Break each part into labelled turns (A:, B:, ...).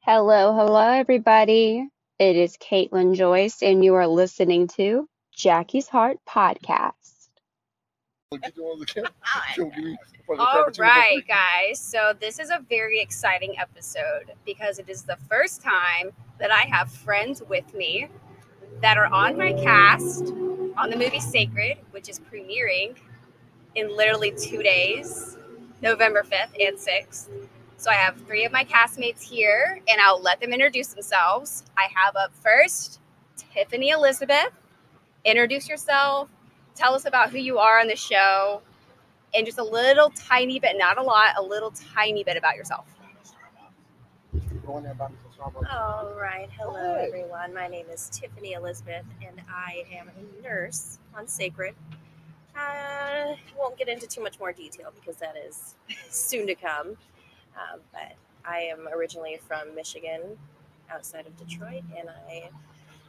A: Hello, hello, everybody. It is Caitlin Joyce, and you are listening to Jackie's Heart Podcast.
B: Look, get you on the camera. She'll give you fucking
C: All
B: cappuccino for
C: right,
B: free.
C: guys. So this is a very exciting episode because it is the first time that I have friends with me that are on my cast on the movie Sacred, which is premiering in literally two days, November 5th and 6th. So I have three of my castmates here, and I'll let them introduce themselves. I have up first Tiffany Elizabeth. Introduce yourself. Tell us about who you are on the show and just a little tiny bit, not a lot, a little tiny bit about yourself.
B: Go in there and buy me some Starbucks.
C: Oh,
D: All right. Hello,
B: Hi.
D: everyone. My name is Tiffany Elizabeth, and I am a nurse on Sacred. Uh, I won't get into too much more detail because that is soon to come. Um, but I am originally from Michigan, outside of Detroit, and I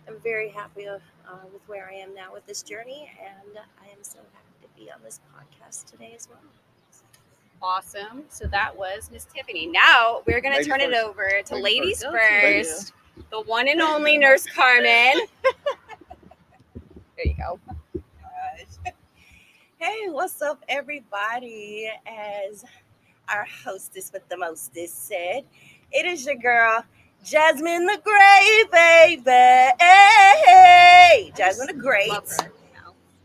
D: am very happy uh, with where I am now with this journey, and I am so happy to be on this podcast today as well.
C: Awesome. So that was Miss Tiffany. Now we're going to
B: Ladies
C: turn it
B: first.
C: over to
B: Ladies
C: Ladies,
E: first.
C: first,
B: Ladies.
C: the one and only Nurse Carmen. there you go.
E: gosh. Hey, what's up, everybody? As our hostess with the mostest said, it is your girl, Jasmine the Grey, baby. Hey, Jasmine the Great.
C: Love her.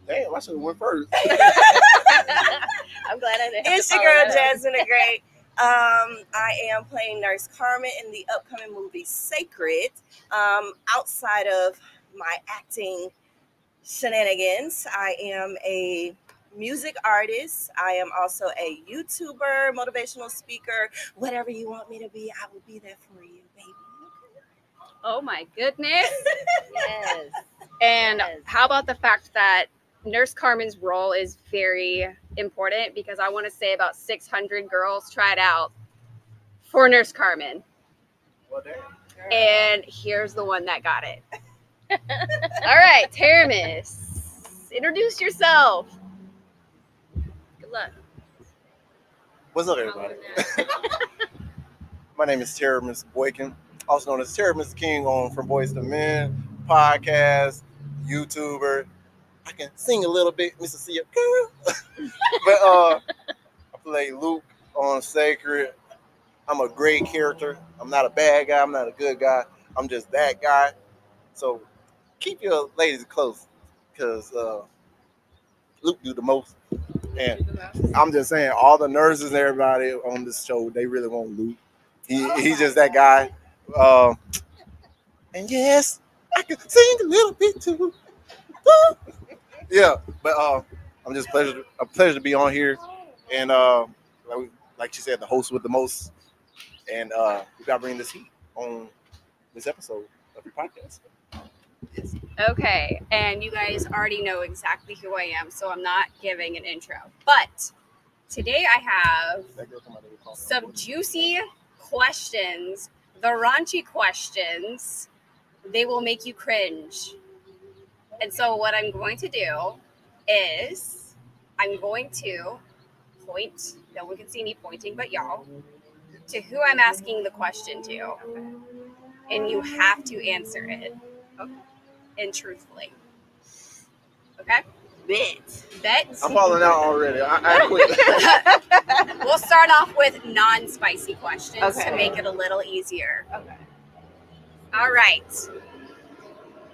B: Damn, I should have went first.
D: I'm glad I did.
E: It's your girl, Jasmine the Great. Um, I am playing Nurse Carmen in the upcoming movie Sacred. Um, outside of my acting shenanigans, I am a music artist. I am also a YouTuber, motivational speaker, whatever you want me to be, I will be there for you, baby.
C: Oh my goodness.
D: Yes.
C: And
D: Yes.
C: how about the fact that Nurse Carmen's role is very important because I want to say about 600 girls tried out for Nurse Carmen.
B: Well, damn.
C: And here's the one that got it. All right, Taramis, introduce yourself. Good luck.
B: What's up, everybody? My name is Tara Miss Boykin, also known as Tara Miss King on From Boys to Men podcast, YouTuber. I can sing a little bit, Mr. C. Girl. but uh, I play Luke on Sacred. I'm a great character. I'm not a bad guy. I'm not a good guy. I'm just that guy. So keep your ladies close, cause uh, Luke do the most. And I'm just saying, all the nurses and everybody on this show, they really want Luke. He, he's just that guy. Um, and yes, I can sing a little bit too. Woo! yeah, but uh, I'm just pleasure a pleasure to be on here, and uh, like, we- like you said, the host with the most, and uh, we gotta bring this heat on this episode of your podcast.
C: Okay, and you guys already know exactly who I am, so I'm not giving an intro. But today I have
B: That girl come out there and call me.
C: some juicy questions, the raunchy questions. They will make you cringe. And so, what I'm going to do is I'm going to point, no one can see me pointing but y'all, to who I'm asking the question to. And you have to answer it okay. and truthfully. Okay?
E: Bet.
C: Bet.
B: I'm falling out already. I, I quit.
C: we'll start off with non-spicy questions to
E: Okay.
C: make it a little easier.
E: Okay.
C: All right.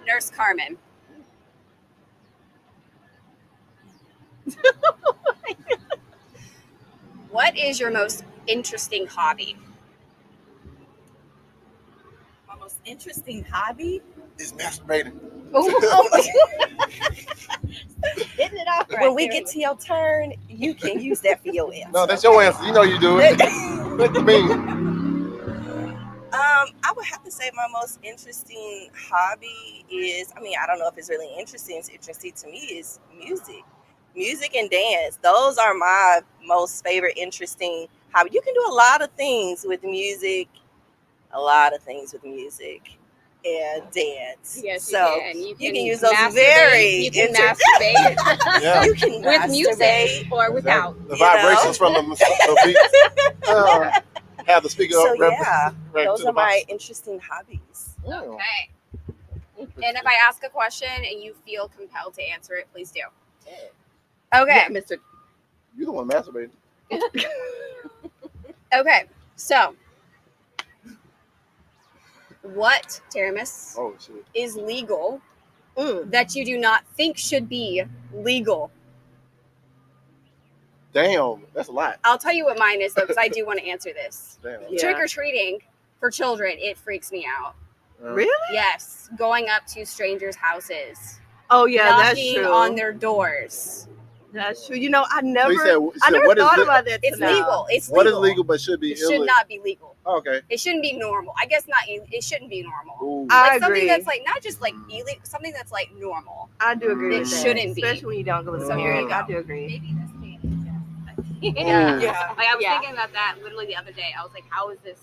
C: Nurse Carmen. what is your most interesting hobby?
E: My most interesting hobby?
B: it's masturbating.
D: Hit it off right
E: when we
D: there.
E: get to your turn, you can use that for your answer.
B: No, that's your answer. You know you do it. What you mean?
E: Um, I would have to say my most interesting hobby is I mean, I don't know if it's really interesting. It's interesting to me is music. Music and dance. Those are my most favorite interesting hobby. You can do a lot of things with music, a lot of things with music and dance. so
C: You
E: can use those very
C: You can
E: inter-
C: masturbate
B: Yeah.
E: you can
C: with
E: masturbate.
C: music or without.
B: The
E: you know?
B: vibrations from the, the beats. Uh, have the speaker
E: So
B: up. rep-
E: yeah,
B: right
E: those
B: to the
E: are my interesting hobbies.
B: box.
C: Okay.
B: Yeah.
C: And if I ask a question and you feel compelled to answer it, please do.
F: Yeah,
C: Okay.
F: Mr.
B: You're the one masturbating.
C: Okay. So, what, Taramis,
B: Oh shit.
C: is legal
E: Mm.
C: that you do not think should be legal?
B: Damn, that's a lot.
C: I'll tell you what mine is, though, because I do want to answer this.
B: Damn.
F: Yeah.
C: Trick or treating for children, it freaks me out.
B: Uh,
F: Really?
C: Yes. Going up to strangers' houses,
F: Oh yeah, that's
C: knocking
F: true.
C: on their doors.
F: that's true. You know, I never,
B: So you said, you
F: I
B: said,
F: never
B: what is
F: thought
B: le-
F: about that.
C: It's
F: till now.
C: legal. It's
B: What is
C: legal.
B: legal but should be
C: It should
B: illegal? Oh,
C: not be legal.
B: Okay.
C: It shouldn't be normal. I guess not. ill- It shouldn't be normal.
B: Ooh.
F: I
C: like something
F: agree.
C: that's like not just like illegal, something that's like normal.
F: I do agree.
B: It
F: with that,
C: shouldn't be.
F: especially when you don't go to
B: So
F: school.
B: here you
F: I
C: go.
F: do agree.
C: Maybe this change.
B: Yeah.
E: Yeah.
C: Like I was
F: Yeah.
C: thinking about that literally the other day. I was like, how is this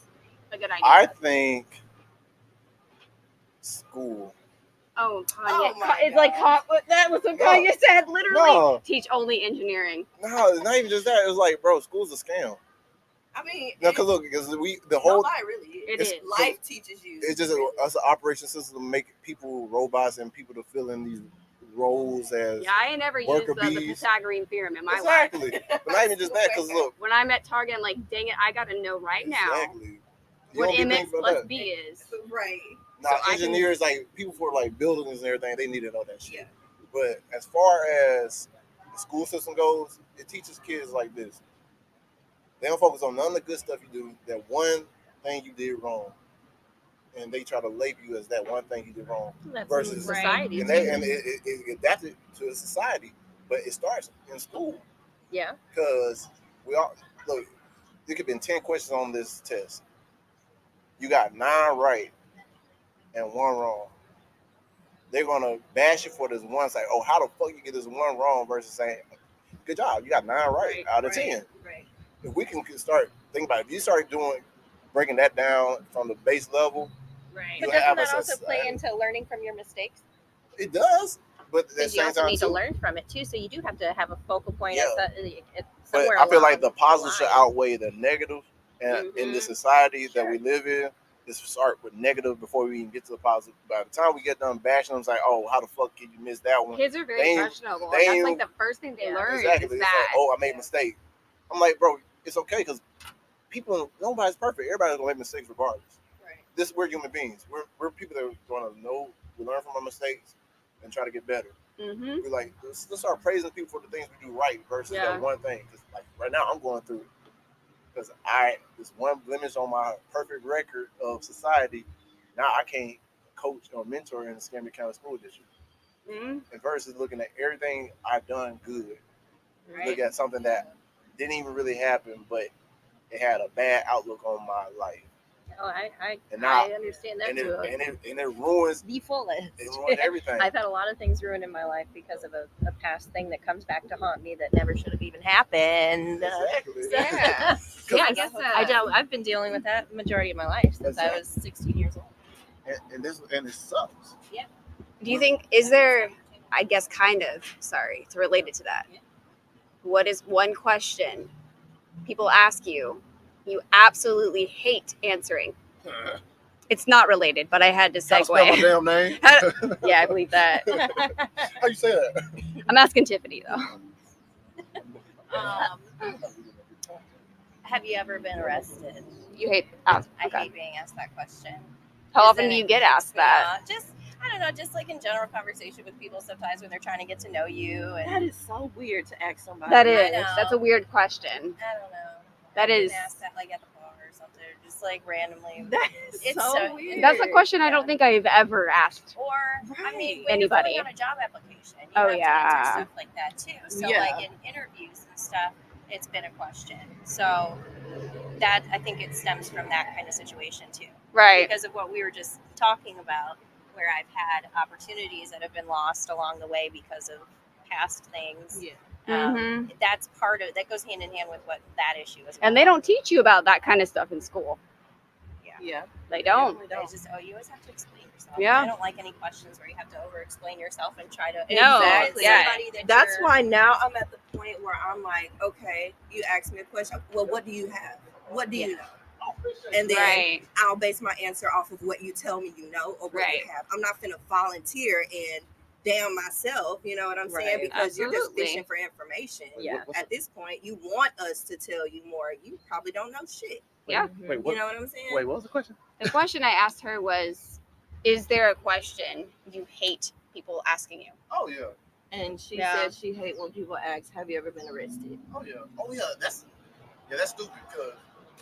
C: a good idea?
B: I think school.
C: oh, Kanye.
E: Oh my
C: Ka- it's like Ka- what- that was what
B: No.
C: Kanye said. Literally,
B: No.
C: teach only engineering.
B: No, it's not even just that. It was like, bro, school's a scam.
E: I mean,
B: No,
E: it-
B: because look, because we the
E: no
B: whole
E: lie really is.
C: It
B: It's-
C: is.
E: Life teaches you.
B: it's just a, us an operation system to make people robots and people to fill in these roles as
C: Yeah, I ain't never used
B: Worker
C: the, the
B: bees.
C: Pythagorean theorem in my life.
B: exactly. But not even just that, because look,
C: When I'm at Target, I'm like, dang it, I gotta know right now
B: exactly. You
C: what
B: don't be
C: MX
B: thinking about
C: plus
B: that.
C: B is.
E: right.
B: Now,
C: so I can-
B: engineers like people for like buildings and everything, they need to know that shit.
E: Yeah.
B: But as far as the school system goes, it teaches kids like this. They don't focus on none of the good stuff you do. That one thing you did wrong, and they try to label you as that one thing you did wrong. Versus-
C: Right.
F: society.
B: and they and it, it, it adapted to the society, but it starts in school
F: Yeah.
B: because we all look. There could be ten questions on this test. You got nine right and one wrong. They're gonna bash you for this one. Say, oh, how the fuck you get this one wrong versus saying, good job, you got nine right,
C: Right,
B: out of
E: right,
B: ten.
E: Right.
B: If we can start thinking about, it, if you start doing breaking that down from the base level,
C: Right.
B: You
D: But
B: have
D: doesn't
B: a
D: that also
B: soci-
D: play into learning from your mistakes?
B: it does. But at the
D: Because you
B: same
D: also
B: time,
D: need
B: too,
D: to learn from it too. So you do have to have a focal point.
B: Yeah.
D: At the, at
B: But
D: somewhere
B: I feel like the
D: along
B: positive should
D: line.
B: outweigh the negative, and in the society that we live in, it's start with negative before we even get to the positive. By the time we get done bashing them, it's like, oh, how the fuck did you miss that one?
C: Kids are very
B: They-
C: impressionable.
B: they-
C: That's like the first thing they
D: Yeah.
C: learn
B: exactly.
C: is
B: It's
C: that.
B: like, oh, I made a mistake. I'm like, bro, it's okay because people, nobody's perfect. Everybody's gonna make mistakes regardless.
E: Right.
B: This we're human beings. We're we're people that are gonna know, we learn from our mistakes, and try to get better.
C: mm-hmm.
B: We're like, let's, let's start praising people for the things we do right versus
C: Yeah.
B: that one thing. 'Cause, like right now, I'm going through because I this one blemish on my perfect record of society. Now I can't coach or mentor in the Scambia County School District.
D: mm-hmm,
C: hmm
B: And versus looking at everything I've done good,
C: Right.
B: look at something that didn't even really happen, but it had a bad outlook on my life,
D: Oh, I, I,
B: And now-
D: I understand that
B: and it,
D: too.
B: and it and it ruins
D: the fullest.
B: it ruined everything.
D: I've had a lot of things ruined in my life because of a, a past thing that comes back to haunt me that never should have even happened.
B: exactly.
C: Yeah.
B: Yeah,
C: I guess, uh,
D: I don't, I've been dealing with that majority of my life since I was 16 years old.
B: And, and this and it sucks.
C: Do you think is there? I guess kind of. Sorry, it's related to that. What is one question people ask you? You absolutely hate answering. Hmm. It's not related, but I had to
B: How to spell my
C: segue.
B: damn name?
C: yeah, I believe that.
B: How you say that?
C: I'm asking Tiffany though.
D: Um, have you ever been arrested?
C: You hate. Oh,
D: I
C: okay.
D: hate being asked that question.
C: How
D: is
C: often
D: it-
C: do you get asked that?
D: Yeah, just I don't know, just like in general conversation with people sometimes when they're trying to get to know you and
F: That is so weird to ask somebody.
C: That
D: I
C: is.
D: know.
C: That's a weird question.
D: I don't know.
C: That
D: I've been
C: is-
D: asked that like at the bar or something, or just like randomly.
F: That is
D: It's
F: so,
D: so-
F: weird.
C: That's a question I
D: Yeah.
C: don't think I've ever asked.
D: Or I mean,
C: Right.
D: when you're filling
C: Anybody.
D: out a job application, you
C: Oh,
D: have to
C: yeah.
D: answer stuff like that too. So
F: Yeah.
D: like in interviews and stuff, it's been a question. So that I think it stems from that kind of situation too.
C: Right.
D: because of what we were just talking about, where I've had opportunities that have been lost along the way because of past things.
F: Yeah.
D: Um,
C: hmm
D: That's part of that goes hand in hand with what that issue is.
C: And they don't teach you about that kind of stuff in school.
F: Yeah.
C: They don't.
F: Definitely
D: They
F: don't.
D: just oh, you always have to explain yourself.
C: Yeah.
D: I don't like any questions where you have to over-explain yourself and try to
C: No,
D: convince
C: yeah.
D: somebody that
E: That's
D: you're-
E: why now I'm at the point where I'm like, okay, you asked me a question. Well, what do you have? What do you know? and then
C: right.
E: I'll base my answer off of what you tell me you know or what
C: Right.
E: you have. I'm not gonna volunteer and damn myself, you know what I'm saying?
F: Right.
E: Because you're just
C: Absolutely.
E: fishing for information.
B: Wait,
F: Yeah.
B: what- what's
E: At this point, you want us to tell you more. You probably don't know shit.
C: Yeah.
B: the- wait, what,
E: You know what I'm saying?
B: wait, what was the question?
C: The question I asked her was, "Is there a question you hate people asking you?"
B: Oh yeah,
F: And she
C: Yeah.
F: said she hate when people ask, "Have you ever been arrested?"
B: oh yeah, oh yeah. That's yeah, that's stupid because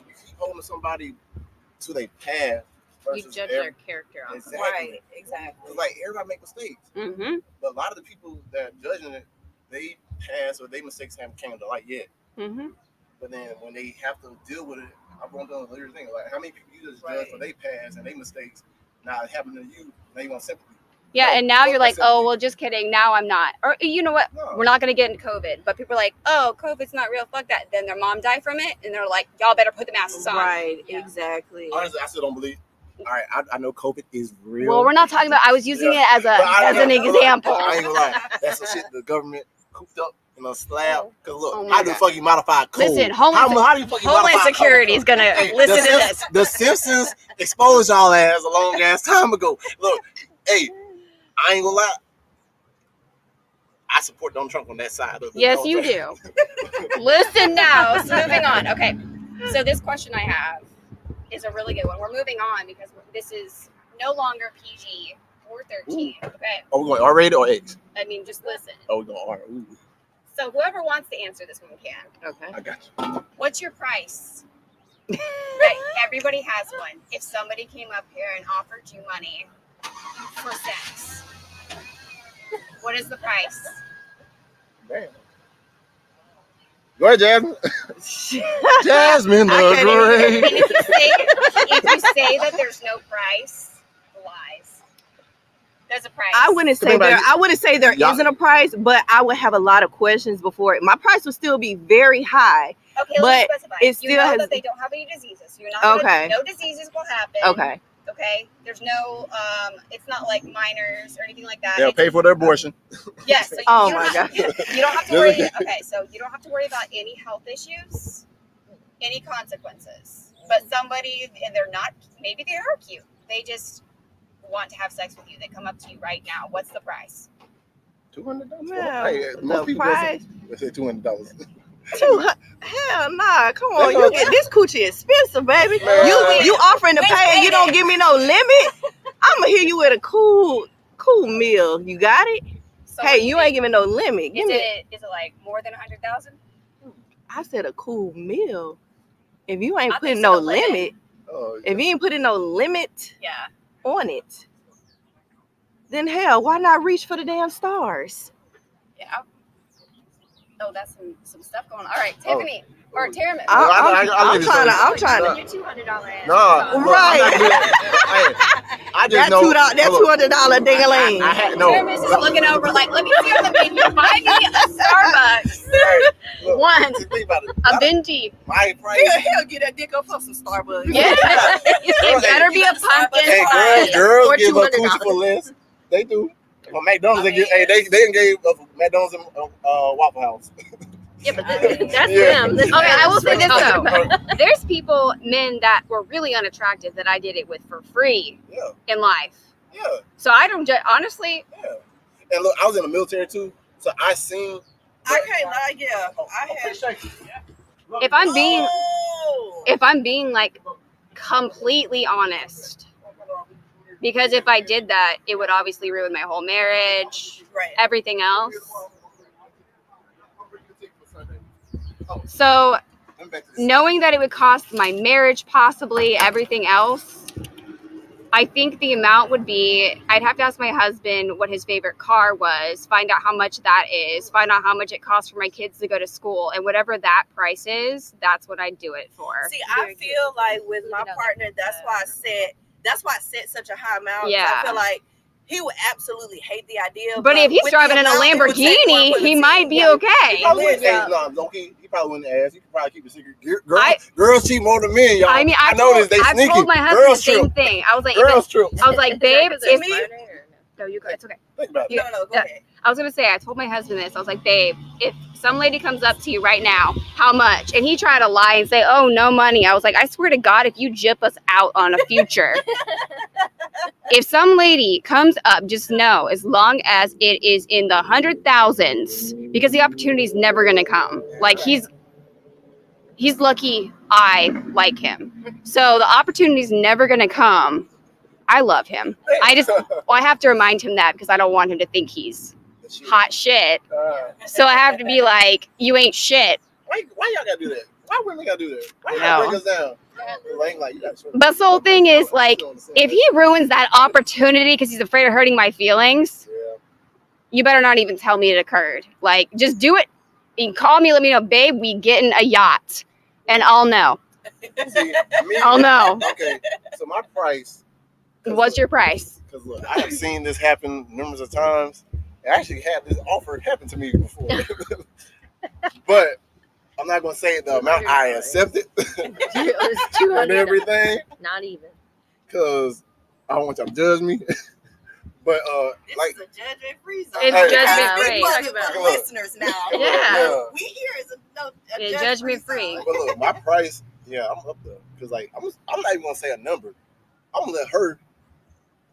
B: you keep holding somebody to their path versus
C: You judge
B: every-
C: their character on.
B: Exactly.
E: Right, exactly.
B: 'cause, like everybody make mistakes,
C: Mm-hmm.
B: but a lot of the people that are judging it, they pass or their mistakes haven't came to light yet.
C: Mm-hmm.
B: But then when they have to deal with it, I'm going to the thing. Like how many people you just judge
E: Right.
B: for their past and their mistakes, not happening to you, now you want sympathy.
C: Yeah,
B: Right.
C: and now you're like,
B: Exactly.
C: "Oh, well, just kidding." Now I'm not. Or you know what?
B: No.
C: We're not gonna get in COVID, but people are like, "Oh, COVID's not real. Fuck that." Then their mom died from it, and they're like, "Y'all better put the masks on."
F: Right.
C: Yeah.
F: Exactly.
B: Honestly, I still don't believe. All right, I, I know COVID is real.
C: Well, we're not talking about. I was using
B: Yeah.
C: it as a
B: But I-
C: as an
B: I-
C: example.
B: I ain't gonna lie. That's the shit the government cooped up in a slab. Cause look,
C: Oh my
B: how do the
C: God.
B: fuck you modify code?
C: Listen,
B: how,
C: Homeland-
B: how do you fucking
C: Homeland
B: modify
C: Security is
B: code?
C: gonna
B: Hey,
C: listen
B: the
C: to
B: Simps-
C: this.
B: The Simpsons exposed y'all ass a long ass time ago. Look, hey, I ain't gonna lie. I support Donald Trump on that side. Of the
C: Yes, you
B: Donald Trump.
C: do. Listen now. So moving on. Okay. So this question I have is a really good one. We're moving on because this is no longer PG or 13. Okay.
B: Are we going R rated or X?
C: I mean, just listen.
B: Oh, we going R. Ooh,
C: So whoever wants to answer this one can.
F: Okay.
B: I got you.
C: What's your price? Right, Everybody has one. If somebody came up here and offered you money for sex, what is the price?
B: Damn. Go ahead, Jasmine. Jasmine
F: I
B: the
F: can't even
B: Great.
C: And if you say, if you say that there's no price, lies. There's a price.
F: I wouldn't
B: Think
F: say
B: about
F: there.
B: it.
F: I wouldn't say there
B: Y'all-
F: not a price, but I would have a lot of questions before it. My price would still be very high.
C: Okay, let's
F: but
C: specify.
F: it
C: you
F: still
C: know
F: has-
C: that they don't have any diseases. You're not.
F: Okay.
C: Gonna, no diseases will happen.
F: Okay.
C: Okay. There's no. Um. It's not like minors or anything like that.
B: They'll
C: It's-
B: pay for their abortion.
C: Yes. so
F: Oh
C: you don't
F: my
C: have- You don't have to worry. Okay, so you don't have to worry about any health issues, any consequences. But somebody, and they're not. Maybe they are cute. They just want to have sex with you. They come up to you right now. What's the price?
B: Two hundred dollars.
F: Well,
B: hey, most
F: the
B: people
F: price.
B: Let's say two hundred dollars.
F: Two hun- Hell nah, come on.
B: That's
F: You get this coochie expensive, baby.
B: Man.
F: You you offering to
C: Wait,
F: pay and you
C: wait.
F: don't give me no limit. I'ma hit you with a cool, cool meal. You got it?
C: So
F: hey, you ain't giving no limit. Give
C: Is
F: me
C: it is it like more than a hundred thousand?
F: I said a cool meal. If you ain't
C: I think
F: putting
C: so,
F: no
C: but-
F: limit,
B: Oh,
F: if you ain't putting no limit
C: Yeah.
F: on it, then hell, why not reach for the damn stars?
C: Yeah. Oh, that's some, some stuff going on. All right, Tiffany or Terrence.
F: I-
B: No, I-
F: I'm,
B: I- I
F: I'm
B: leave it
F: trying to.
B: to you.
F: I'm trying to.
D: Your two hundred dollar ass.
B: nah, look, I'm not
F: Right.
B: doing that. Hey, I just
F: That
B: know.
F: two dollar. That
B: look,
F: two hundred dollar ding a
B: I, I
F: ling.
B: had no.
C: Terrence is looking over like, let me see on the menu. Buy me a Starbucks,
B: Hey, look,
C: one,
B: just Think about it.
C: a venti.
B: My
F: Hell,
B: price.
F: hell, get that dick up for some Starbucks.
C: Yeah. it better be a pumpkin
B: Hey,
C: pie.
B: girls, girls
F: Or
B: give
F: $200.
B: up coochie for less. They do. Well, McDonald's, they give. Hey, they they gave up McDonald's and uh, Waffle House.
D: Yeah, but that, that's
B: Yeah.
D: them. That's
C: Okay, I will say this
D: them.
C: though. There's people, men that were really unattractive that I did it with for free
B: yeah,
C: in life.
B: yeah,
C: So I don't ju- honestly.
B: yeah. And look, I was in the military too, so I seen.
E: I can't lie, yeah.
B: Oh,
E: I had
C: If I'm being,
E: Oh!
C: if I'm being like completely honest, because if I did that, it would obviously ruin my whole marriage,
E: right.
C: everything else. So
B: I'm back to this.
C: knowing that it would cost my marriage possibly everything else i think the amount would be i'd have to ask my husband what his favorite car was find out how much that is find out how much it costs for my kids to go to school and whatever that price is that's what i'd do it for
E: See, I
D: Very cute.
E: feel like with my
D: Look it up.
E: partner, that's why I said that's why I set such a high amount. 'cause
C: Yeah.
E: I feel like he would absolutely hate the idea.
C: but if he's
E: with the
C: driving in a
E: amount, it would take one
C: lamborghini
E: for the
C: he
E: team.
C: might be
E: Yeah.
B: He
C: okay
B: probably wouldn't
E: Yeah.
B: ask. Nah, Loki, he probably wouldn't ask. He could probably keep it secret. Gir- Girl,
C: I-
B: girls cheat more than men, y'all.
C: i mean i,
B: know
C: told,
B: this. They
C: I
B: sneaky.
C: told my husband
B: girls
C: the same
B: trip.
C: thing i was like if it-
B: Girls trip.
C: i was like babe
D: Is that
C: if
D: considered flirting or
C: no,
D: no?
C: you go, it's okay
B: Think about it.
E: No, no, go
C: Yeah.
E: ahead.
C: I was gonna say, I told my husband this. I was like, babe, if some lady comes up to you right now, how much? And he tried to lie and say, oh, no money. I was like, I swear to God, if you jip us out on a future, if some lady comes up, just know as long as it is in the hundred thousands, because the opportunity is never gonna come. Like he's he's lucky I like him. So the opportunity is never gonna come. I love him. I just well, I have to remind him that because I don't want him to think he's hot shit.
B: Uh,
C: So I have to be like, you ain't shit.
B: why, why y'all gotta do that? Why women gotta do that? Why
C: I
B: y'all
C: know.
B: bring us down? Like, like, you gotta show-
C: But the whole thing is, like, If he ruins that opportunity because he's afraid of hurting my feelings,
B: Yeah.
C: you better not even tell me it occurred. Like, just do it and call me, let me know, babe, we getting a yacht. And I'll know.
B: See, me-
C: I'll know.
B: Okay, so my price.
C: Oh, What's your price?
B: Because look, I have seen this happen numerous of times. I actually had this offer happen to me before, but I'm not gonna say the amount I accepted
D: it was two
B: and
D: hundred.
B: everything
D: Not even.
B: because I don't want y'all to judge me. But uh,
E: This
B: like,
E: is a judgment free zone.
C: It's
B: Hey.
C: judgment
E: Big
C: free.
E: money for
B: Look.
E: listeners now.
C: Yeah.
E: We here is a, no,
C: Yeah,
E: a judgment-free
C: judgment-free.
E: zone.
B: but look, my price, yeah, I'm up there because like I'm, I'm not even gonna say a number. I'm gonna let her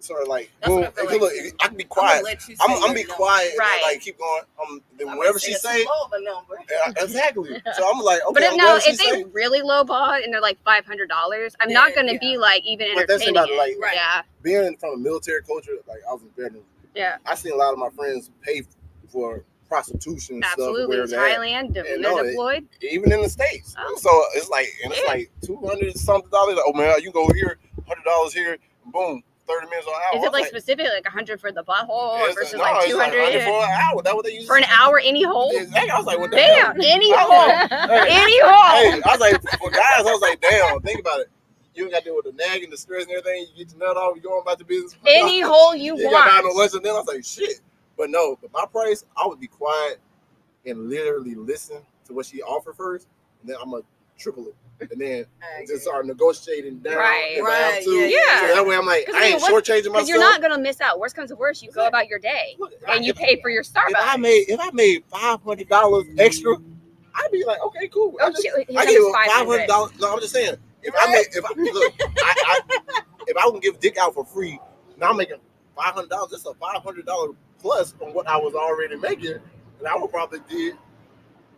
B: sort of like,
E: That's what I
B: boom.
E: feel
B: If you
E: like.
B: look, if you- I can be
E: I'm gonna
B: quiet.
E: let you
B: I'm,
E: say
B: I'm, gonna be
E: your number.
B: quiet.
C: Right.
B: And, like keep going. Um, then
E: I'm
B: whatever
E: gonna
B: she
E: a
B: say,
E: small of a number.
B: Yeah, exactly. So I'm like,
C: But
B: okay,
C: if no,
B: what she
C: if they
B: say?
C: really lowball it and they're like five hundred dollars, I'm not
E: Then,
C: gonna be like even
B: But that's
C: entertaining.
B: about
C: it.
B: like
E: Right.
C: Yeah,
B: being from a military culture. Like I was in veteran.
C: Yeah.
B: I seen a lot of my friends pay for prostitution and
C: absolutely.
B: stuff where they're at,
C: Thailand,
B: Yeah,
C: when
B: no,
C: they're
B: it-
C: deployed.
B: even in the states.
C: Oh.
B: So it's like, and it's
C: Yeah.
B: like two hundred something dollars. Like, oh man, you go here, hundred dollars here, boom, thirty minutes on hour. I
C: Is it
B: was
C: like specific, like hundred for the butthole
B: it's
C: versus
B: Oh, no,
C: like
B: it's
C: two hundred
B: 100 for an hour. That what they use
C: for an hour any hole?
B: Exactly. I was like, what the hell?
C: Damn, any hole,
B: Hey,
C: any hole.
B: hey, I was like, for guys, I was like, damn, think about it. You ain't got to deal with the nagging, the stress, and everything. You get your nut off, you going about the business.
C: any hole you
B: You got out on
C: want.
B: lunch, and then I was like, shit. But no, but my price, I would be quiet and literally listen to what she offered first, and then I'm gonna triple it, and then just start negotiating down.
C: Right.
B: if I have
E: Right,
B: to.
E: yeah,
C: yeah,
B: So
C: yeah.
B: that way, I'm like,
C: 'Cause I
B: I
C: mean,
B: ain't
C: what-
B: shortchanging myself.
C: Because you're not gonna miss out. Worst comes to worst, you go about your day
B: Look,
C: and you
B: if-
C: pay for your
B: If I
C: Starbucks.
B: made, if I made five hundred dollars extra, I'd be like, okay, cool. I
C: Oh
B: just-
C: shit, his
B: I
C: number's
B: gave him five hundred
C: 500.
B: dollars. No, I'm just saying. If I make, if I look, I, I, if I would give dick out for free, now I'm making five hundred dollars. That's a five hundred dollar plus on what I was already making, and I would probably did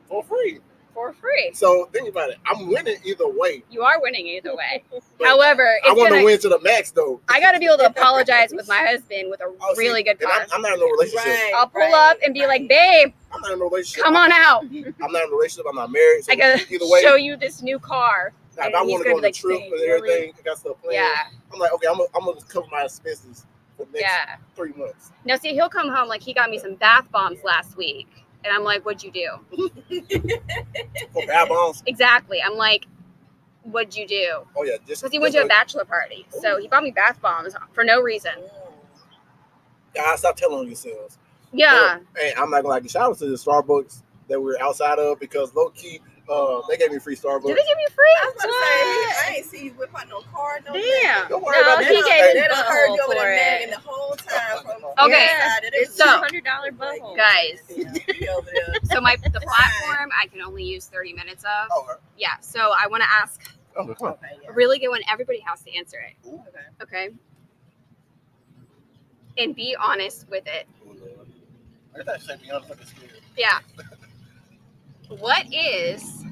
B: for free.
C: for free.
B: So think about it. I'm winning either way.
C: You are winning either way.
B: But
C: However,
B: I
C: it's
B: want
C: gonna,
B: to win to the max, though.
C: I got to be able to apologize with my husband with a
B: Oh, see,
C: really good
B: And I'm,
C: cause.
B: I'm not in no relationship.
C: I'll pull up and be like, babe,
B: I'm not in no relationship.
C: come on out.
B: I'm not in a relationship. I'm not married. So
C: I gotta
B: either way,
C: show you this new car.
B: now, if
C: and
B: I
C: he's
B: want to go
C: gonna be
B: on the
C: like,
B: trip
C: "Dang,
B: and
C: really?"
B: everything, I got stuff planned.
C: Yeah,
B: I'm like, okay, I'm gonna, I'm gonna cover my expenses for the next
C: yeah.
B: three months.
C: Now see, he'll come home like he got me some bath bombs last week, and I'm like, what'd you do?
B: For bad bombs.
C: Exactly. I'm like, what'd you do?
B: Oh yeah, just
C: Because he went to a bachelor party, so he bought me bath bombs for no reason.
E: Mm.
B: Guys, stop telling on yourselves.
C: Yeah.
B: Look, Hey, I'm not gonna like shout out to the Starbucks that we are outside of because low key, uh, they gave me free Starbucks.
C: Did they give you free?
E: I was about to say, I ain't see you whip out no card. No
C: Damn.
B: Don't worry about
C: No,
B: that.
C: he gave
E: They
C: me
E: done heard you over
D: for
E: there
D: it.
E: nagging the whole time. From
C: Okay.
D: It's
C: So-
D: two hundred dollar butthole.
C: guys.
E: Yeah.
C: So my the platform I can only use 30 minutes of.
B: Oh, all right.
C: Yeah. So I want to ask
B: oh, come on.
E: Okay, yeah.
C: a really good one. Everybody has to answer it.
B: Ooh.
C: Okay. And be honest with it.
B: Ooh, Lord. I thought you said beyond fucking scared.
C: Yeah. What is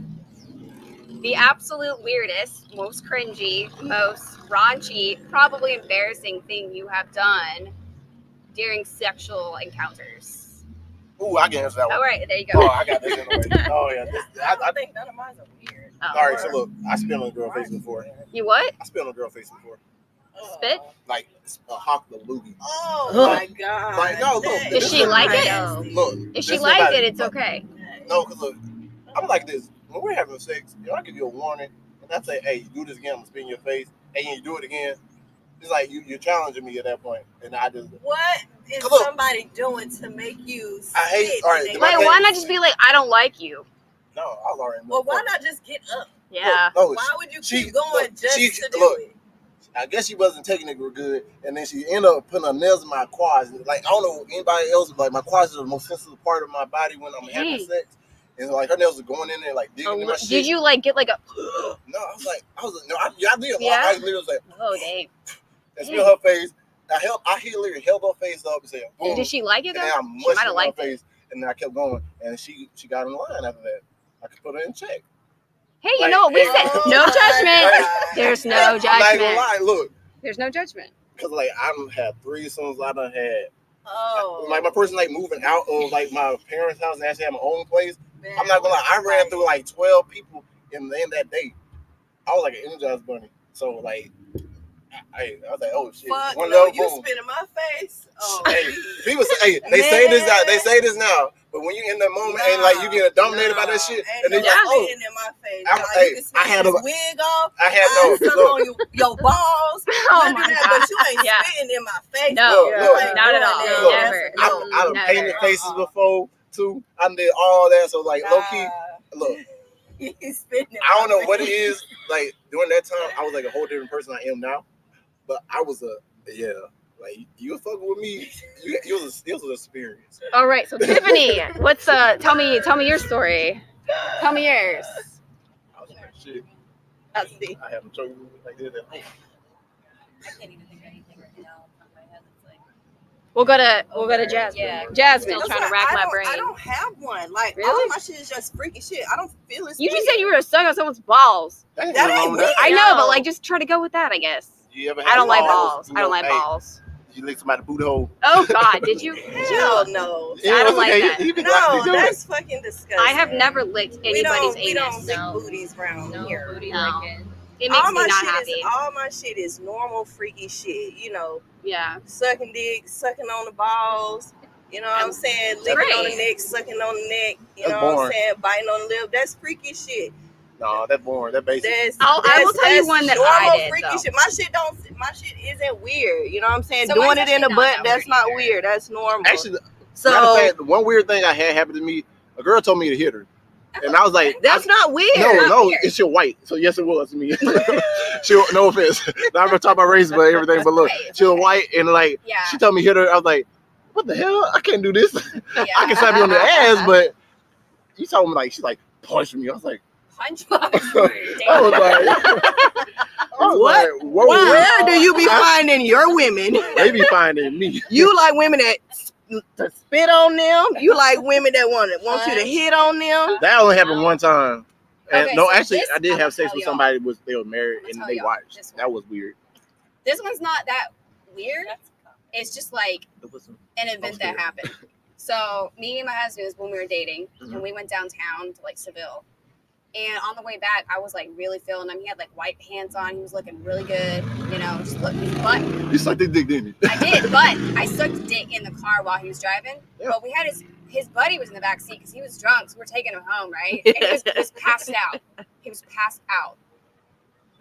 C: the absolute weirdest, most cringy, most raunchy, probably embarrassing thing you have done during sexual encounters?
B: Ooh, I can answer that one.
C: All right, there you
B: Oh,
C: go.
B: I got this in the way. Oh yeah, this, I,
E: I
B: I,
E: don't think none of mine are weird.
C: Oh.
B: all right. So look, I spit on a girl face before.
C: You what?
B: I spit on a girl face before.
C: Spit?
B: Like a hawk the loogie.
E: uh, Oh
B: Ugh.
E: my god.
B: Like, no, look,
E: Dang.
C: Does she like it?
B: Look,
C: If she
B: this
C: liked
B: about
C: it, it's okay.
B: No, because look, I'm like this. When we're having sex, you know, I give you a warning, and I say, "Hey, you do this again, I'm gonna spit in your face," and you do it again. It's like you, you're challenging me at that point, and I just
E: What is
B: Come on.
E: somebody doing to make you?
B: I hate-
E: sit
B: all right,
E: and
B: do
E: they-
B: I
C: Like, why not just be like, I don't like you?
B: no, I was already.
E: Well, why not just get up?
C: Yeah.
B: No,
E: Why would you
B: She-
E: keep going
B: look,
E: just
B: she-
E: to do
B: look.
E: it?
B: I guess she wasn't taking it real good, and then she ended up putting her nails in my quads. Like I don't know anybody else, but like my quads are the most sensitive part of my body when I'm having
C: Dang.
B: sex. And so, like her nails are going in there, like digging in my shit.
C: Oh, Did you like get like a? Oh
B: No, I was like, I was like, no, I, yeah, I did.
C: Yeah? Mm.
B: I, I literally was like,
C: oh, dang!
B: and feel her face. I held, I held, literally held her face up and said, boom.
C: Did she like
B: and
C: it though?
B: then I
C: might
B: mushed
C: have
B: her in her
C: liked it.
B: face, and then I kept going, and she she got in line after that. I could put her in check.
C: Hey, you know what we said?
E: oh
C: No
E: my
C: judgment.
E: God.
C: There's no
B: I'm not even gonna
C: judgment.
B: lie. Look,
C: There's no judgment.
B: because like I done had threesomes. I done had
E: Oh,
B: like my person like moving out of like my parents' house and actually have my own place.
E: man.
B: I'm not gonna lie. I ran through like 12 people in the end that day. I was like an energized bunny. So like, I, I was like, oh shit,
E: Fuck
B: one
E: no,
B: love,
E: you
B: boom.
E: spit in my face. Oh,
B: hey, people say, hey, they say this now. They
E: Man.
B: say this now. But when you in that moment, ain't like you getting dominated by that
E: nah.
B: shit,
E: Ain't
B: and then
E: no
B: you're like, oh,
E: spitting in my face.
B: I'm-
E: dog.
B: hey,
E: you can
B: I had
E: his
B: a-
E: wig off.
B: I had
E: I
B: no.
E: suck
B: Look,
E: on your, your balls.
C: Oh
E: none of
C: my
E: that,
C: god.
E: But you ain't
C: Yeah.
E: spitting in my face.
C: No,
B: Look, look,
E: dog. You ain't
C: not at all.
E: doing
B: Look,
E: that.
C: Never.
B: I,
E: That's a no.
B: I done
C: Never.
B: painted faces
E: Uh-uh.
B: before too. I done did all that. So like, low key, look,
E: Nah. He's spitting in
B: I don't
E: my
B: know what it
E: face.
B: is. Like during that time, I was like a whole different person I am now. But I was a yeah. Like you were fucking with me. You, it was a, it was an experience.
C: All right, so Tiffany, what's uh? Tell me, tell me your story. Tell me yours.
B: I was like, shit.
E: I see.
B: I haven't choked like this. at all.
D: I can't even think of anything right now. off the top of my head that's like-
C: We'll go to we'll go to Jasmine.
D: Yeah.
C: Jasmine,
E: That's
C: trying
E: why
C: to rack
E: I
C: my
E: don't-
C: brain.
E: I don't have one. Like all
C: Really?
E: of my shit is just freaky shit. I don't feel it.
C: You just said you were stuck on someone's balls.
B: That ain't
E: That
B: nothing wrong
E: ain't
B: with that.
C: I know,
D: No.
C: but like, just try to go with that, I guess.
B: You ever
C: I
B: had
C: don't like
B: balls?
C: balls. I don't like
B: Hey,
C: balls.
B: You lick somebody's booty hole.
C: Oh God, did you?
E: Hell no.
B: Yeah,
C: I don't
B: it's
C: like
B: okay.
C: that.
B: You, you can
E: No,
B: do it.
E: that's fucking disgusting.
C: I have never licked
E: we
C: anybody's
E: don't, we don't
C: anus.
E: lick
D: No.
E: booties around
D: No,
E: here.
D: booty
C: No.
D: like it.
C: It makes
E: all
C: me
E: my
C: not
E: shit
C: happy.
E: is all my shit is normal freaky shit. You know,
C: yeah.
E: sucking dick, sucking on the balls. You know what I'm saying? Licking on the
C: Great.
E: neck, sucking on the neck. You
B: That's
E: know what I'm
B: boring.
E: saying? Biting on the lip. That's freaky shit.
B: No, that's boring. That's basic.
E: That's,
C: I'll-
E: that's
C: Oh, I will tell you
E: that's
C: one that
E: normal
C: I did,
E: freaky
C: though.
E: shit. My shit don't. My shit isn't weird. You know what I'm saying?
D: So
E: Doing
D: mine's
E: it in the
D: actually not
E: butt.
D: that
E: That's
D: weird
E: not
D: either.
E: weird. That's normal.
B: Actually,
E: so
B: matter of fact, the one weird thing I had happened to me, a girl told me to hit her. And I was like,
F: That's not weird.
B: No, no, it's your white. So yes, it was me. she, no offense. Not gonna talk about race, but everything. But look, she was white, and like
C: Yeah.
B: she told me hit her. I was like, what the hell? I can't do this.
C: yeah.
B: I can slap you on the ass, but you told me like she like punched me. I was like,
D: Punch box.
B: I was
D: Damn.
B: like, I
F: What?
B: was Like,
F: Wow.
B: Whoa,
E: where do you be finding your women?
B: They be finding me.
E: You like women that s- to spit on them. You like women that want want you to hit on them.
B: That only happened one time. And
C: Okay,
B: no,
C: so
B: actually,
C: this-
B: I did
C: I'm
B: have
C: gonna
B: sex
C: tell
B: with
C: y'all.
B: somebody was they were married
C: I'm gonna
B: and
C: tell
B: they
C: y'all
B: watched.
C: this one.
B: That was weird.
C: This one's not that weird. It's just like
B: It was
C: an event
B: Okay.
C: that happened. So me and my husband was when we were dating,
B: Mhm.
C: and we went downtown to like Seville. And on the way back, I was like really feeling him. He had like white pants on. He was looking really good, you know, just looking. But
B: You sucked his dick, didn't you?
C: I did, but I sucked dick in the car while he was driving.
B: Yeah.
C: But we had his his buddy was in the back seat because he was drunk, so we're taking him home, right? And he was, he was passed out. He was passed out,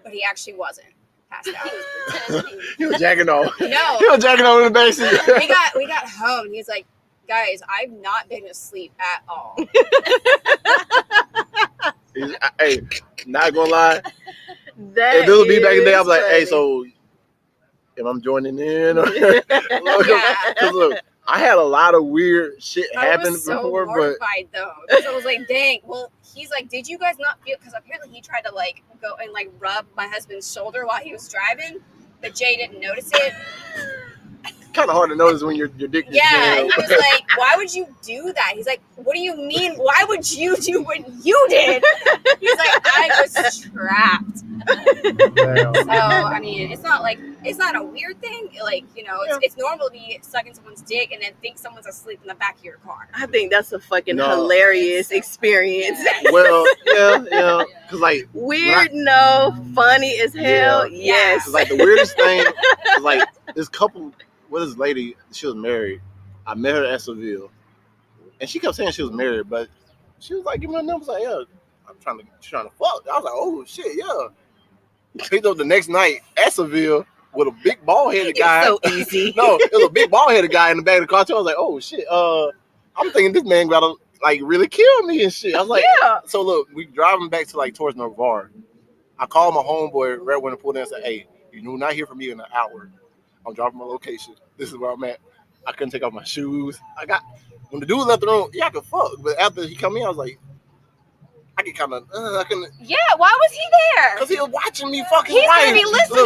C: but he actually wasn't passed out.
B: He was jacking off.
C: No,
B: He was jacking off in the backseat.
C: we got we got home and he's like guys i've not been asleep at all
B: Is- I- hey, not gonna lie.
E: That
B: If this would be back in the day, I'm
E: is
B: like, hey,
E: funny.
B: so am I joining in? Or, Cause look, I had a lot of weird shit
C: i
B: happen
C: was so
B: before, but
C: mortified though 'cause i was like dang well he's like did you guys not feel because apparently he tried to like go and like rub my husband's shoulder while he was driving but jay didn't notice it
B: kind of hard to notice when your your dick is
C: yeah
B: jammed.
C: and he was like why would you do that he's like what do you mean why would you do what you did he's like i was trapped So I mean, it's not like it's not a weird thing. Like you know, it's, it's normal to be sucking someone's dick and then think someone's asleep in the back of your car.
E: I think that's a fucking
B: No.
E: hilarious experience.
B: well, yeah, yeah. Cause like,
E: Weird, no, funny as hell.
C: Yeah.
E: Yes.
B: cause like the weirdest thing was like this couple. Well, this lady, she was married. I met her at Seville, and she kept saying she was married, but she was like, "Give me her number." I was like, "Yeah, I'm trying to trying to fuck." I was like, "Oh shit, yeah." Picked up the next night at Seville with a big bald headed guy.
E: It's so easy.
B: no, it was a big bald headed guy in the back of the car too. I was like, "Oh shit, uh, I'm thinking this man gotta like really kill me and shit." I was like,
E: Yeah.
B: so look, we driving back to like towards Navarre. I called my homeboy right when I pulled in and said, Hey, You will not hear from me in an hour. I'm dropping my location. This is where I'm at. I couldn't take off my shoes. I got when the dude left the room. Yeah, I could fuck, but after he come in, I was like, I could kind of, uh, I couldn't,
C: Yeah, why was he there?
B: cause he was watching me fucking.
C: He's gonna be listening to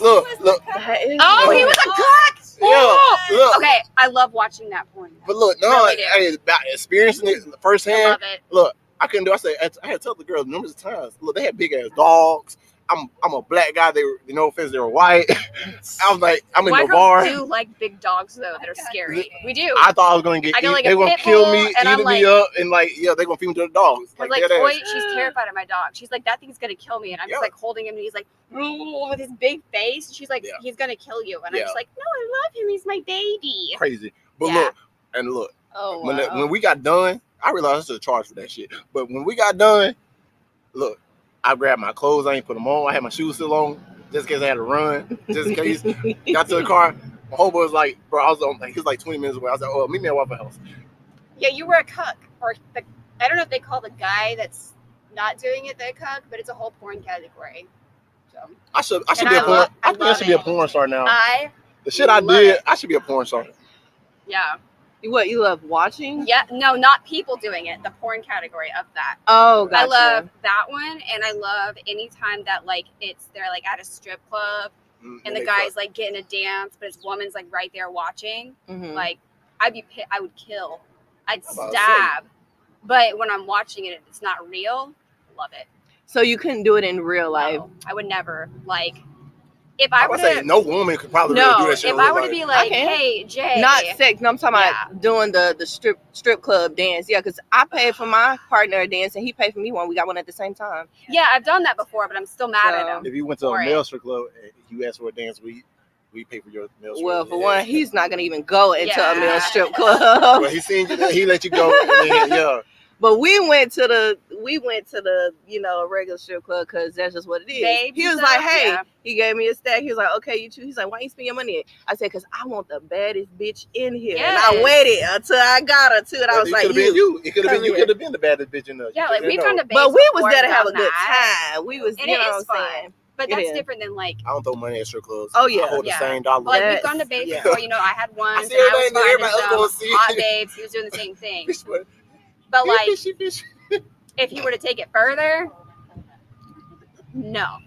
B: Look, look, look.
G: That is-
C: Oh, he was a cook.
B: Yeah, look.
C: Okay, I love watching that point.
B: But look, no,
C: Really do.
B: I, I about experiencing it
C: I
B: firsthand.
C: love it.
B: Look, I couldn't do. I said I, I had to tell the girls numerous times. Look, they had big ass dogs. I'm I'm a black guy. They were, no offense, they were white. I was like, I'm in
C: White
B: the bar.
C: girls do like big dogs though that are scary. We do.
B: I thought I was gonna get.
C: I got,
B: eat-
C: like,
B: they
C: a
B: gonna
C: pit
B: kill
C: bull,
B: me,
C: and
B: eating
C: I'm like-
B: me up, and like yeah, they gonna feed me to the dogs.
C: Cause
B: Like,
C: like
B: that
C: Toy,
B: ass.
C: she's terrified of my dog. She's like, that thing's gonna kill me, and I'm
B: Yeah.
C: just like holding him, and he's like, "Ooh," with his big face. And she's like,
B: Yeah.
C: he's gonna kill you, and
B: Yeah.
C: I'm just like, no, I love him. He's my baby.
B: crazy. But
C: Yeah.
B: look and look.
C: Oh,
B: when that,
C: wow.
B: when we got done, I realized I should have charged for that shit. But when we got done, look, I grabbed my clothes. I ain't put them on. I had my shoes still on, just in case I had to run. Just in case. got to the car. My homeboy was like, bro, I was on. He was like 20 minutes away. I was like, oh, meet me at Waffle House.
C: yeah, you were a cuck, or the, I don't know if they call the guy that's not doing it the cuck, but it's a whole porn category. So
B: I should. I should
C: And
B: be a
C: I
B: porn.
C: love-
B: I
C: I
B: think I
C: love
B: should be a
C: it. Uh,
B: porn star now.
C: I,
B: the shit I
C: love
B: did,
C: it.
B: I should be a porn star.
C: yeah,
E: You What you love watching?
C: yeah, no, not people doing it. The porn category of that.
E: Oh, gotcha.
C: I love that one, and I love anytime that like it's they're like at a strip club
B: Mm,
C: and
B: they
C: the
B: fuck.
C: guy's like getting a dance, but his woman's like right there watching.
E: Mhm.
C: Mm-hmm. Like I'd be, pi- I would kill, I'd
B: I'm about to say.
C: stab. But when I'm watching it, it's not real. Love it.
E: so you couldn't do it in real life.
C: No, I would never like if
B: I
C: I were
B: would say
C: to
B: no woman could probably
C: no,
B: really do that shit.
C: if
B: in real
C: I were to
B: life.
C: be like,
E: can.
C: hey Jay,
E: Not sex. No, I'm talking about doing the the strip strip club dance. Yeah, because I paid for my partner a dance and he paid for me one. We got one at the same time.
C: yeah, I've done that before, but I'm still mad
E: So-
C: at him.
B: if you went to a
C: Alright.
B: male strip club and you asked for a dance, we we pay for your male strip
E: Well, for
B: Yeah.
E: one, he's not gonna even go into a
C: Yeah.
E: male strip club.
B: Well, he seen you, he let you go. and then, yeah,
E: But we went to the we went to the you know regular strip club because that's just what it is.
C: Babes
E: he
C: and
E: was like,
C: stuff,
E: hey,
C: yeah.
E: he gave me a stack. He was like, okay, you choose. He's like, why you spend your money? I said, cause I want the baddest bitch in here, and I
C: Yes.
E: waited until I got her too, and I was
B: it
E: like,
B: could've been
E: you.
B: you. It could have been
E: Come
B: you.
E: here.
B: Could have been the baddest bitch in the.
C: Yeah, like we've gone to base
E: But we was
C: before
E: there to
C: and
E: have a
C: done
E: good
C: that,
E: time. We was,
C: And
E: you
C: it
E: know
C: is
E: what I'm
C: fun.
E: saying?
C: But
E: It
C: that's
E: is.
C: different than like
B: I don't throw money at strip clubs.
E: Oh, yeah.
B: I hold
C: Yeah.
B: the same dollar.
C: Like
E: Yes.
C: we've gone to babes
E: Yeah.
C: before, you know, I had one and
B: see
C: I was
B: everybody,
C: fine
B: everybody else gonna
C: with
B: see
C: them. Hot babes, he was doing the same thing. But like
B: Fishy, fishy.
C: if you were to take it further, no.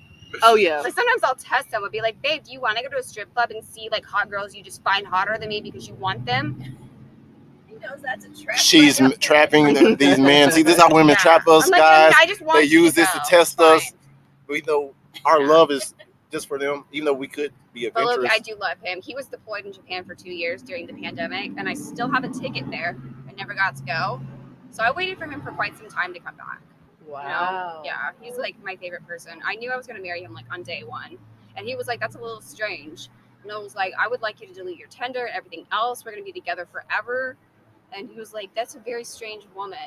E: Oh yeah.
C: Like sometimes I'll test them. I'll be like, babe, do you want to go to a strip club and see like hot girls you just find hotter than me because you want them?
D: He knows that's a trap.
B: She's m-
D: right up there.
B: trapping th- these men. See, this is how women
C: Yeah.
B: trap us,
C: I'm like,
B: guys.
C: I just want
B: They
C: you
B: use this to
C: go.
B: test
C: Fine.
B: us. we know our love is just for them, even though we could be
C: But
B: adventurous.
C: look, I do love him. He was deployed in Japan for two years during the pandemic, and I still have a ticket there. I never got to go. So I waited for him for quite some time to come back. you know? Yeah, he's like my favorite person. I knew I was going to marry him like on day one. And he was like, that's a little strange. And I was like, I would like you to delete your Tinder and everything else. We're going to be together forever. And he was like, that's a very strange woman.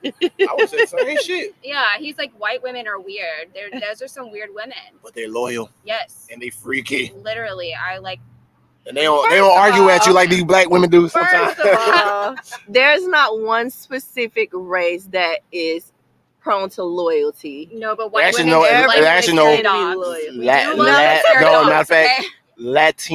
B: I would say same shit,
C: Yeah, he's like, white women are weird. They're, those are some weird women.
B: but they're loyal
C: Yes.
B: and they freaky,
C: Literally, I like,
B: and they don't they
C: First
B: don't
C: of
B: argue at you
C: all-
B: like these black women do
C: First
B: sometimes.
C: of all-
E: Uh, there's not one specific race that is prone to loyalty.
C: no, but white
B: Actually,
C: women
B: no,
C: do
B: and-
C: like
B: and actually, no.
C: scary
E: Gotta be
C: dogs.
E: loyal.
C: We
B: La-
C: do love
B: la-
C: the scary
B: no,
C: dogs,
B: matter of fact,
C: okay?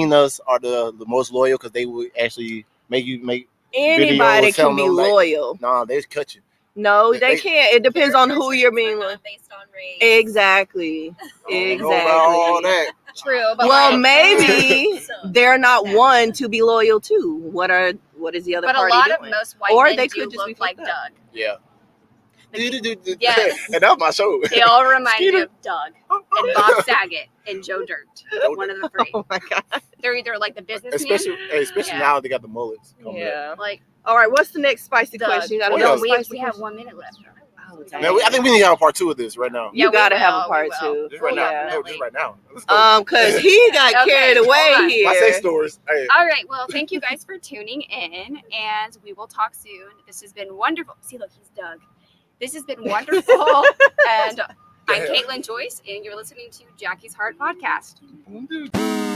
B: Latinas are the, the most loyal because they would actually make you make.
E: Anybody
B: Videos telling
E: can be
B: them, like-
E: loyal.
B: Nah, they just cut you.
E: No,
B: They-
E: they,
B: they-
E: can't. It depends on who you're being
D: Characteristics are
E: with.
D: not Based on race.
E: Exactly.
B: I don't know about all that.
C: True, but
E: Well,
C: like,
E: maybe
D: So,
E: they're not one to be loyal to. What are what is the other
C: but a
E: party
C: lot of
E: doing?
C: most white
E: Or
C: men
E: they
C: do
E: could just
C: look
E: be
C: like
E: fucked
C: Doug.
B: Yeah. Do-do-do-do.
C: Yes.
B: and that was my show.
C: They all remind me
B: Skeeter.
C: of Doug and Bob Saget and Joe Dirt. One of the three.
E: oh my god.
C: They're either like the businessman,
B: especially hey, especially
C: Yeah.
B: now they got the mullets. coming up.
C: like
E: All right. What's the next spicy
C: Doug.
E: question? You got
B: Oh,
C: no,
E: another
B: yeah.
C: we,
E: spicy
C: we have
E: question?
C: one minute left.
E: Oh, dang.
B: Man, we, I think we need to have a part two of this right now.
C: Yeah,
E: you
C: we
E: gotta have
C: will,
E: a part
C: we will.
E: two.
B: Just right
E: Yeah.
B: now. No, just right now. Let's
C: Oh,
B: go.
E: Um, cause he got
C: Okay,
E: carried
C: hold
E: away
C: on.
E: here.
B: my sex stories. Hey,
C: All right. Well, thank you guys for tuning in, and we will talk soon. This has been wonderful. See, look, he's Doug. This has been wonderful, and I'm Caitlin Joyce, and you're listening to Jackie's Heart Podcast.
B: I-